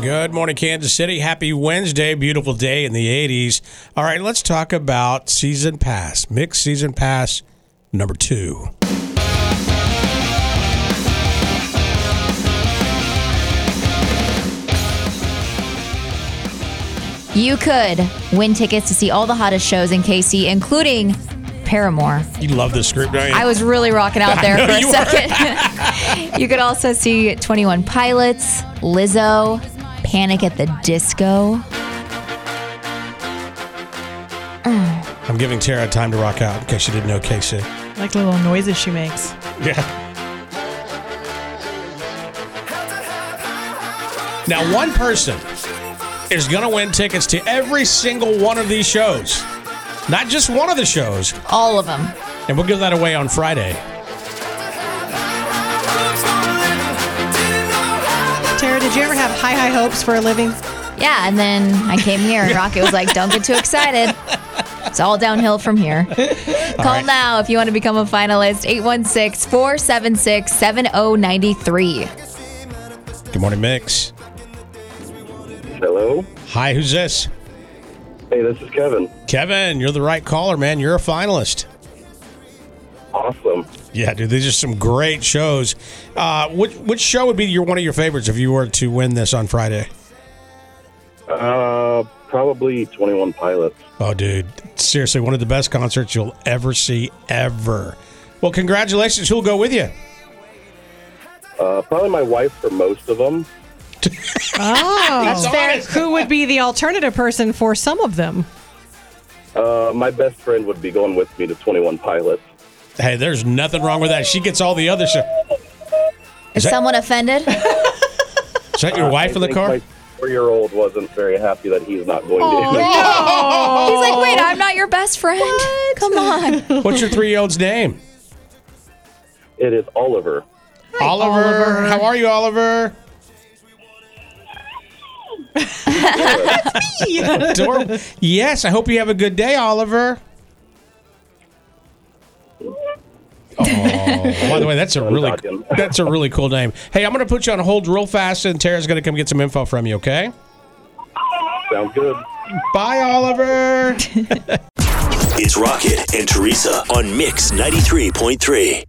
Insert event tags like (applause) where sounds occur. Good morning, Kansas City. Happy Wednesday. Beautiful day in the 80s. All right, let's talk about season pass, mixed season pass number two. You could win tickets to see all the hottest shows in KC, including Paramore. You love this script, don't you? I was really (laughs) rocking out there know for a you were. second. (laughs) you could also see 21 Pilots, Lizzo, Panic at the Disco. I'm giving Tara time to rock out in case you didn't know Casey. Like the little noises she makes. Yeah. Now, one person is going to win tickets to every single one of these shows, not just one of the shows, All of them. and we'll give that away on Friday. Tara, did you ever have high, high hopes for a living? Yeah, and then I came here and Rocket was like, don't get too excited. It's all downhill (laughs) from here. Call right. now if you want to become a finalist. 816 476 7093. Good morning, Mix. Hello. Hi, who's this? Hey, this is Kevin. Kevin, you're the right caller, man. You're a finalist. Awesome. Yeah, dude, these are some great shows. Uh, which which show would be your one of your favorites if you were to win this on Friday? Uh, probably 21 Pilots. Oh, dude, seriously, one of the best concerts you'll ever see ever. Well, congratulations. Who'll go with you? (laughs) Uh, probably my wife for most of them. Oh. That's fair. Who would be the alternative person for some of them? Uh, my best friend would be going with me to 21 Pilots. Hey, there's nothing wrong with that. She gets all the other stuff. Is that- someone offended? Is that your wife in the car? Uh, My four-year-old wasn't very happy that he's not going to. He's like, wait, I'm not your best friend. Come (laughs) on. What's your three year old's name? (laughs) It is Oliver. Oliver. How are you, Oliver? Adorable. yes, I hope you have a good day, Oliver. Oh, by the way, that's (laughs) a really talking. that's a really cool name. Hey, I'm going to put you on hold real fast, and Tara's going to come get some info from you. Okay? Sounds good. Bye, Oliver. It's Rocket and Teresa on Mix 93.3.